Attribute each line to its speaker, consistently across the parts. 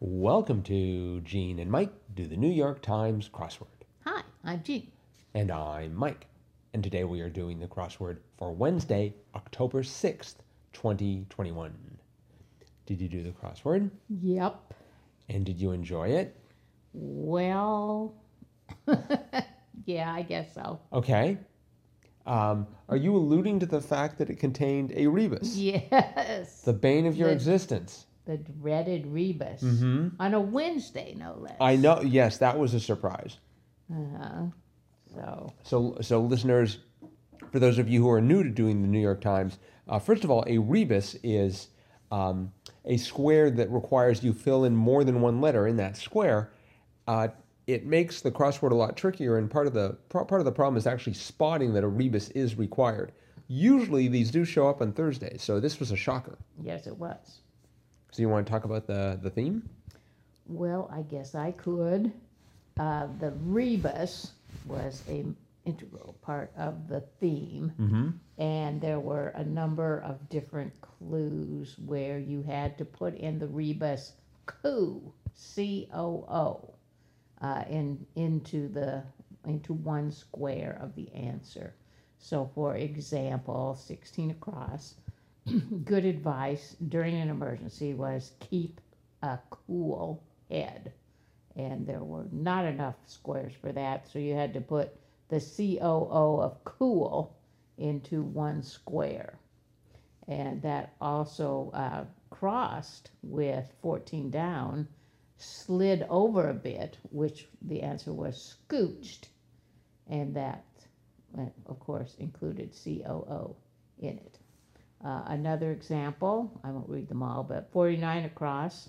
Speaker 1: Welcome to Gene and Mike do the New York Times crossword.
Speaker 2: Hi, I'm Jean.
Speaker 1: And I'm Mike. And today we are doing the crossword for Wednesday, October 6th, 2021. Did you do the crossword?
Speaker 2: Yep.
Speaker 1: And did you enjoy it?
Speaker 2: Well, yeah, I guess so.
Speaker 1: Okay. Um, are you alluding to the fact that it contained a rebus?
Speaker 2: Yes.
Speaker 1: The bane of your
Speaker 2: The-
Speaker 1: existence.
Speaker 2: The dreaded rebus.
Speaker 1: Mm-hmm.
Speaker 2: On a Wednesday, no less.
Speaker 1: I know. Yes, that was a surprise.
Speaker 2: Uh-huh. So,
Speaker 1: So, so listeners, for those of you who are new to doing the New York Times, uh, first of all, a rebus is um, a square that requires you fill in more than one letter in that square. Uh, it makes the crossword a lot trickier, and part of the pro- part of the problem is actually spotting that a rebus is required. Usually, these do show up on Thursdays, so this was a shocker.
Speaker 2: yes, it was.
Speaker 1: So, you want to talk about the the theme?
Speaker 2: Well, I guess I could. Uh, the rebus was a integral part of the theme,
Speaker 1: Mm-hmm.
Speaker 2: and there were a number of different clues where you had to put in the rebus coo, C O O, uh, in into the into one square of the answer. So, for example, sixteen across. good advice during an emergency was keep a cool head. And there were not enough squares for that, so you had to put the COO of cool into one square. And that also uh, crossed with 14 down, slid over a bit, which the answer was scooched. And that, uh, of course, included COO in it. Uh, another example, I won't read them all, but 49 across,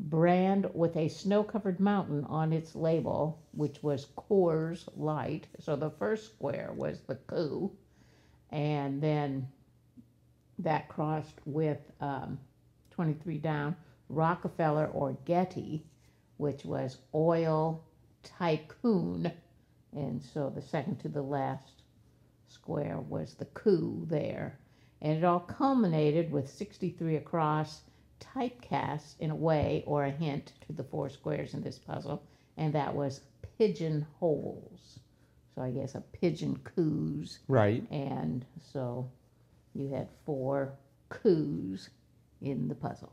Speaker 2: brand with a snow covered mountain on its label, which was Coors Light. So the first square was the coup, and then that crossed with um, 23 down, Rockefeller or Getty, which was oil tycoon. And so the second to the last square was the coup there. And it all culminated with 63 across, typecast in a way, or a hint to the four squares in this puzzle, and that was pigeon holes. So I guess a pigeon coos,
Speaker 1: Right.
Speaker 2: and so you had four coos in the puzzle.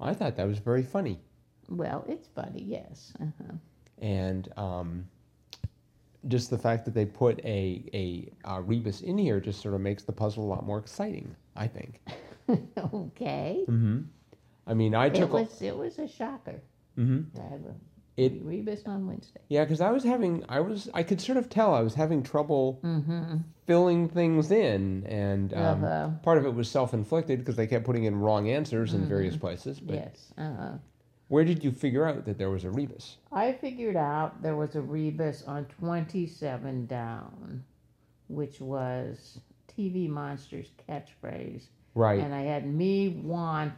Speaker 1: I thought that was very funny.
Speaker 2: Well, it's funny, yes. Uh-huh.
Speaker 1: and um, just the fact that they put a, a uh rebus in here just sort of makes the puzzle a lot more exciting. I think.
Speaker 2: okay.
Speaker 1: Mm-hmm. I mean, I
Speaker 2: It
Speaker 1: took.
Speaker 2: was, it was a shocker.
Speaker 1: hmm
Speaker 2: I have a
Speaker 1: It-
Speaker 2: rebus on Wednesday.
Speaker 1: Yeah, because I was having, I was, I could sort of tell I was having trouble
Speaker 2: Mm-hmm.
Speaker 1: filling things in, and um,
Speaker 2: Uh-huh.
Speaker 1: part of it was self-inflicted because they kept putting in wrong answers in
Speaker 2: Mm-hmm.
Speaker 1: various places. But
Speaker 2: Yes. Uh-huh.
Speaker 1: where did you figure out that there was a rebus?
Speaker 2: I figured out there was a rebus on 27 down, which was TV Monsters catchphrase.
Speaker 1: Right.
Speaker 2: And I had me want,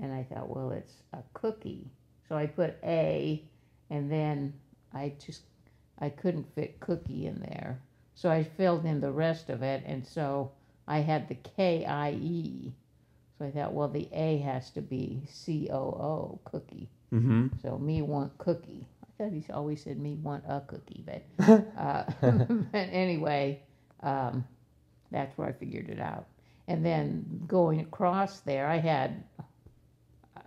Speaker 2: and I thought, well, it's a cookie. So I put A, and then I just, I couldn't fit cookie in there. So I filled in the rest of it, and so I had the K I E. So I thought, well, the A has to be C O O, cookie.
Speaker 1: mm-hmm.
Speaker 2: So me want cookie. I thought he always said me want a cookie, but, uh, but anyway, um, that's where I figured it out. And then going across there, I had,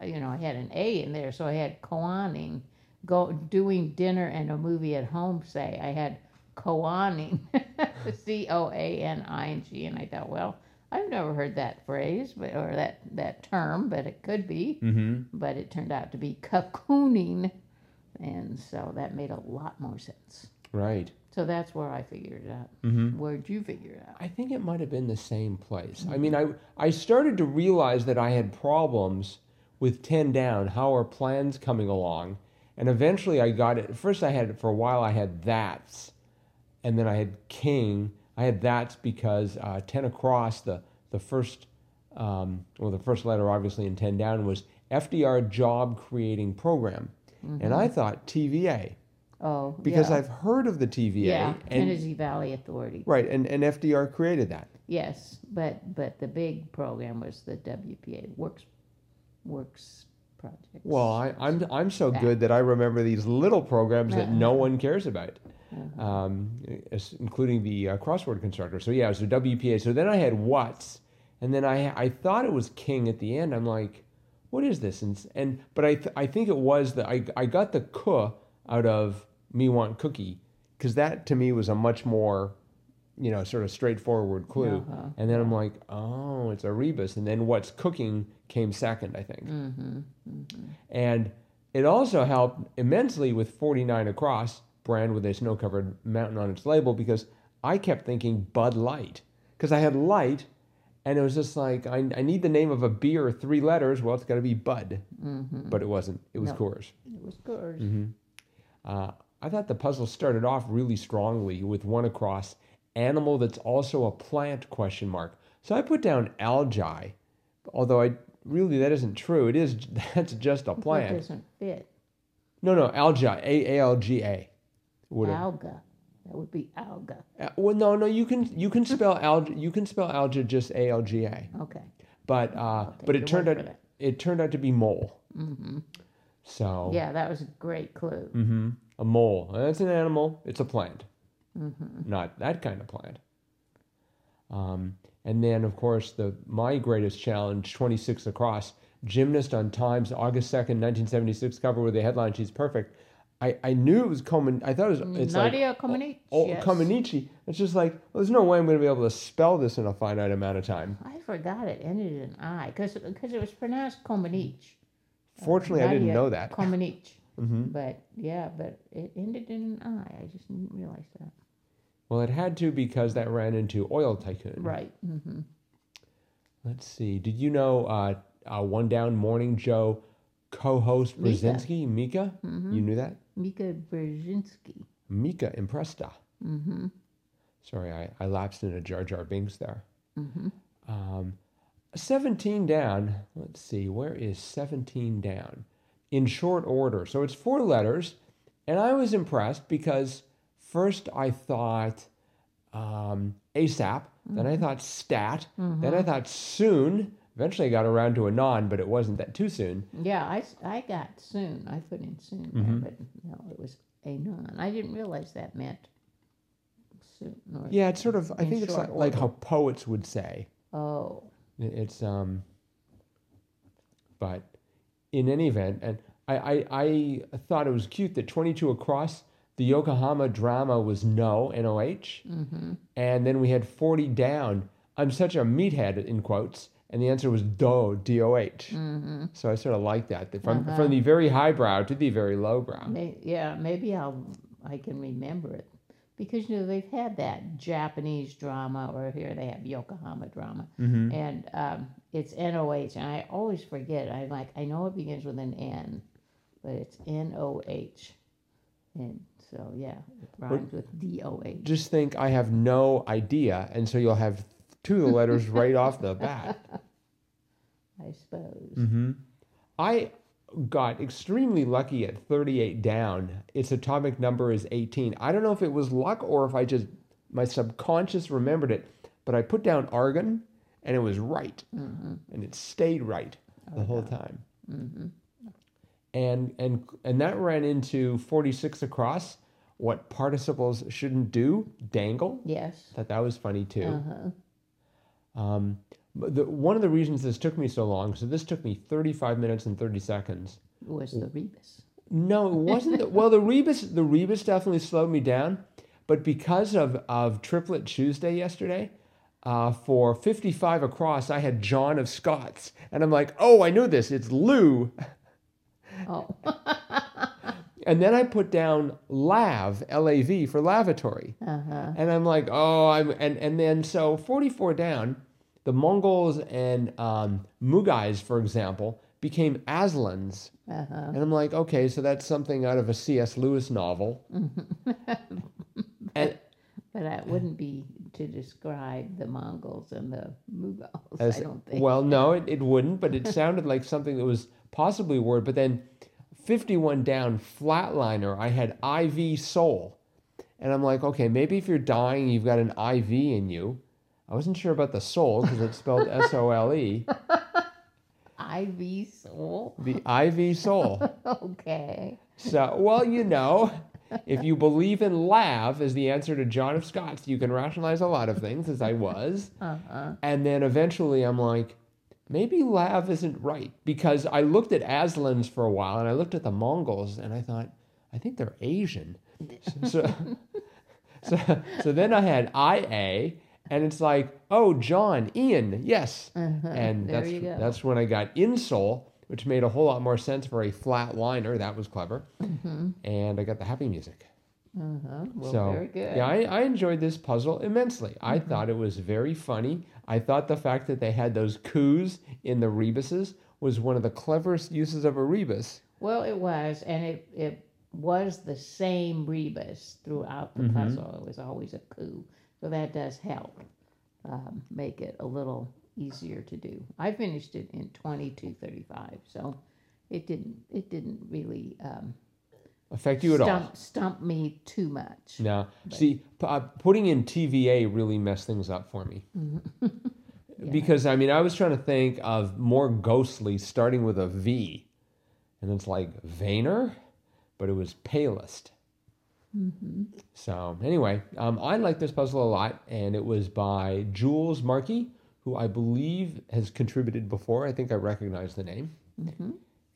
Speaker 2: uh, you know, I had an A in there, so I had koaning, go doing dinner and a movie at home. Say I had koaning, C O A N I N G, and I thought, well, I've never heard that phrase, but or that that term, but it could be
Speaker 1: Mm-hmm.
Speaker 2: but it turned out to be cocooning, and so that made a lot more sense.
Speaker 1: Right.
Speaker 2: So that's where I figured it out.
Speaker 1: Mm-hmm.
Speaker 2: Where'd you figure it out?
Speaker 1: I think it might have been the same place.
Speaker 2: Hmm.
Speaker 1: I mean, I I started to realize that I had problems with 10 down, how are plans coming along? And eventually I got it. First I had for a while I had that's and then I had king. I had that's because uh, 10 across the the first um, well the first letter obviously in 10 down was FDR job creating program. And I thought TVA
Speaker 2: Oh,
Speaker 1: because
Speaker 2: Mm-hmm. yeah.
Speaker 1: I've heard of the TVA
Speaker 2: yeah,
Speaker 1: and
Speaker 2: Tennessee Valley Authority.
Speaker 1: right and, and FDR created that.
Speaker 2: Yes, but but the big program was the WPA Works Works projects.
Speaker 1: Well, I, I'm I'm so
Speaker 2: Back.
Speaker 1: good that I remember these little programs that no one cares about,
Speaker 2: Uh-huh.
Speaker 1: um, as- including the uh, crossword constructor. So yeah, so WPA. So then I had Watts, and then I I thought it was King at the end. I'm like, what is this? And s- and but I th- I think it was the I I got the K out of me want cookie because that to me was a much more you know sort of straightforward clue.
Speaker 2: Uh-huh.
Speaker 1: And then I'm like, oh, it's a rebus. And then what's cooking came second, I think.
Speaker 2: Mm-hmm.
Speaker 1: And it also helped immensely with 49 Across, brand with a snow covered mountain on its label, because I kept thinking Bud Light. Because I had light, and it was just like, I, I need the name of a beer, three letters. Well, it's got to be Bud.
Speaker 2: Mm-hmm.
Speaker 1: But it wasn't, it was
Speaker 2: No.
Speaker 1: Coors.
Speaker 2: It was good.
Speaker 1: Mm-hmm. Uh, I thought the puzzle started off really strongly with one across animal that's also a plant question mark. So I put down algae, although I really that isn't true. It is that's just a
Speaker 2: It
Speaker 1: plant.
Speaker 2: doesn't fit.
Speaker 1: No, no, algae, A A L G A. Would have-
Speaker 2: Alga. That would be alga.
Speaker 1: uh, well, no, no, you can you can spell algae you can spell algae just A L G A,
Speaker 2: Okay.
Speaker 1: but uh,
Speaker 2: take
Speaker 1: but
Speaker 2: your
Speaker 1: it turned
Speaker 2: word
Speaker 1: out
Speaker 2: for that.
Speaker 1: it turned out to be mole.
Speaker 2: Mm-hmm.
Speaker 1: So
Speaker 2: Yeah, that was a great clue.
Speaker 1: hmm A mole. That's an animal. It's a plant.
Speaker 2: Mm-hmm.
Speaker 1: not that kind of plant. Um, and then, of course, the my greatest challenge, 26 across, gymnast on Times, August 2nd, 1976 cover with the headline, "She's perfect." I, I knew it was Komen. I thought it was Mm-hmm. it's like
Speaker 2: Nadia Comaneci.
Speaker 1: oh
Speaker 2: yes.
Speaker 1: Komenichi. It's just like well, there's no way I'm going to be able to spell this in a finite amount of time.
Speaker 2: I forgot it ended in an I because it was pronounced Comaneci.
Speaker 1: Fortunately, I didn't
Speaker 2: Nadia
Speaker 1: know that.
Speaker 2: Comaneci.
Speaker 1: hmm
Speaker 2: But yeah, but it ended in an I. I just didn't realize that.
Speaker 1: Well, it had to because that ran into Oil Tycoon.
Speaker 2: Right. Mm-hmm.
Speaker 1: Let's see. Did you know uh, uh, One Down Morning Joe co-host
Speaker 2: Mika.
Speaker 1: Brzezinski Mika?
Speaker 2: Mhm.
Speaker 1: You knew that.
Speaker 2: Mika Brzezinski.
Speaker 1: Mika Impresta.
Speaker 2: Mm-hmm.
Speaker 1: Sorry, I, I lapsed into Jar Jar Binks there.
Speaker 2: Mm-hmm.
Speaker 1: Um, 17 down. Let's see, where is 17 down? In short order. So it's four letters. And I was impressed because first I thought um, ASAP, then I thought STAT, then I thought soon. Eventually I got around to anon, but it wasn't that too soon.
Speaker 2: Yeah, I, s- I got soon. I put in soon, there,
Speaker 1: Mm-hmm.
Speaker 2: but no, it was a non. I didn't realize that meant soon. Or,
Speaker 1: Yeah, it's sort of, I
Speaker 2: In
Speaker 1: think it's
Speaker 2: short
Speaker 1: like, like
Speaker 2: order.
Speaker 1: how poets would say.
Speaker 2: Oh,
Speaker 1: It- It's um, but in any event, and I, I I thought it was cute that 22 across the Yokohama drama was no N O H,
Speaker 2: mm-hmm.
Speaker 1: and then we had 40 down. I'm such a meathead in quotes, and the answer was do D O H.
Speaker 2: Mm-hmm.
Speaker 1: So I sort of like that that from
Speaker 2: Uh-huh.
Speaker 1: from the very highbrow to the very lowbrow.
Speaker 2: May, yeah, maybe I'll I can remember it because you know they've had that Japanese drama, or here they have Yokohama drama,
Speaker 1: Mm-hmm.
Speaker 2: and um, it's N O H, and I always forget. I'm like, I know it begins with an N, but it's N O H, and so yeah, it rhymes with D O H.
Speaker 1: Just think, I have no idea, and so you'll have two of the letters right off the bat.
Speaker 2: I suppose.
Speaker 1: hmm I got extremely lucky at 38 down. Its atomic number is 18. I don't know if it was luck or if I just, my subconscious remembered it, but I put down argon and it was right.
Speaker 2: Mm-hmm.
Speaker 1: And it stayed right the whole time.
Speaker 2: Mm-hmm.
Speaker 1: And, and, and that ran into 46 across what participles shouldn't do, dangle.
Speaker 2: Yes.
Speaker 1: Thought that was funny too.
Speaker 2: Uh-huh.
Speaker 1: Um, but the, one of the reasons this took me so long, so this took me 35 minutes and 30 seconds,
Speaker 2: Was the rebus.
Speaker 1: No, it wasn't. The, well, the rebus, the rebus definitely slowed me down, but because of of Triplet Tuesday yesterday, uh, for fifty five across, I had John of Scots, and I'm like, oh, I knew this. It's Lou,
Speaker 2: Oh.
Speaker 1: and then I put down Lav, L A V for lavatory,
Speaker 2: Uh-huh.
Speaker 1: and I'm like, oh, I'm and and then so forty four down, the Mongols and um, Mughals, for example, became Aslans.
Speaker 2: Uh-huh.
Speaker 1: And I'm like, okay, so that's something out of a C.S. Lewis novel. and
Speaker 2: But that wouldn't be to describe the Mongols and the Mughals,
Speaker 1: as,
Speaker 2: I don't think.
Speaker 1: well, no, it, it wouldn't, but it sounded like something that was possibly a word. But then 51 down, flatliner, I had IV soul. And I'm like, okay, maybe if you're dying, you've got an IV in you. I wasn't sure about the soul because it's spelled S O L E.
Speaker 2: Ivy soul.
Speaker 1: The Ivy Soul.
Speaker 2: Okay.
Speaker 1: So, well, you know, if you believe in lav as the answer to John of Scots, you can rationalize a lot of things, as I was.
Speaker 2: Uh huh.
Speaker 1: And then eventually I'm like, maybe lav isn't right. Because I looked at Aslans for a while and I looked at the Mongols and I thought, I think they're Asian. So, so, so, so then I had IA and it's like, oh, John, Ian, yes. And
Speaker 2: Uh-huh. There
Speaker 1: that's,
Speaker 2: you go.
Speaker 1: that's when I got insole, which made a whole lot more sense for a flat liner. That was clever.
Speaker 2: Mm-hmm.
Speaker 1: And I got the happy music.
Speaker 2: Uh huh. Well,
Speaker 1: So,
Speaker 2: very good. Mm-hmm.
Speaker 1: Yeah, I, I enjoyed this puzzle immensely. I thought it was very funny. I thought the fact that they had those coups in the rebuses was one of the cleverest uses of a rebus.
Speaker 2: Well, it was, and it it was the same rebus throughout
Speaker 1: Mm-hmm.
Speaker 2: the puzzle. It was always a coup, so that does help um, make it a little easier to do. I finished it in twenty two thirty five, so it didn't it didn't really um,
Speaker 1: Affect you at all?
Speaker 2: stump stump me too much.
Speaker 1: No. See, p- uh, putting in TVA really messed things up for me. Because, I mean, I was trying to think of more ghostly starting with a V. And it's like Vayner, but it was Palest. So, anyway, um, I like this puzzle a lot. And it was by Jules Markey, who I believe has contributed before. I think I recognize the name.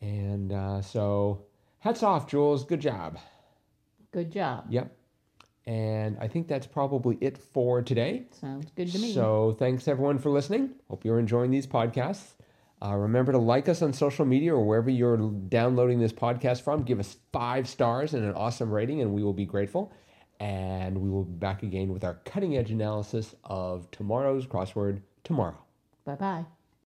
Speaker 1: And uh, so, hats off, Jules. Good job.
Speaker 2: Good job.
Speaker 1: Yep. And I think that's probably it for today.
Speaker 2: Sounds good to me.
Speaker 1: So thanks everyone for listening. Hope you're enjoying these podcasts. Uh, remember to like us on social media or wherever you're downloading this podcast from. Give us five stars and an awesome rating, and we will be grateful. And we will be back again with our cutting edge analysis of tomorrow's crossword tomorrow.
Speaker 2: bye bye.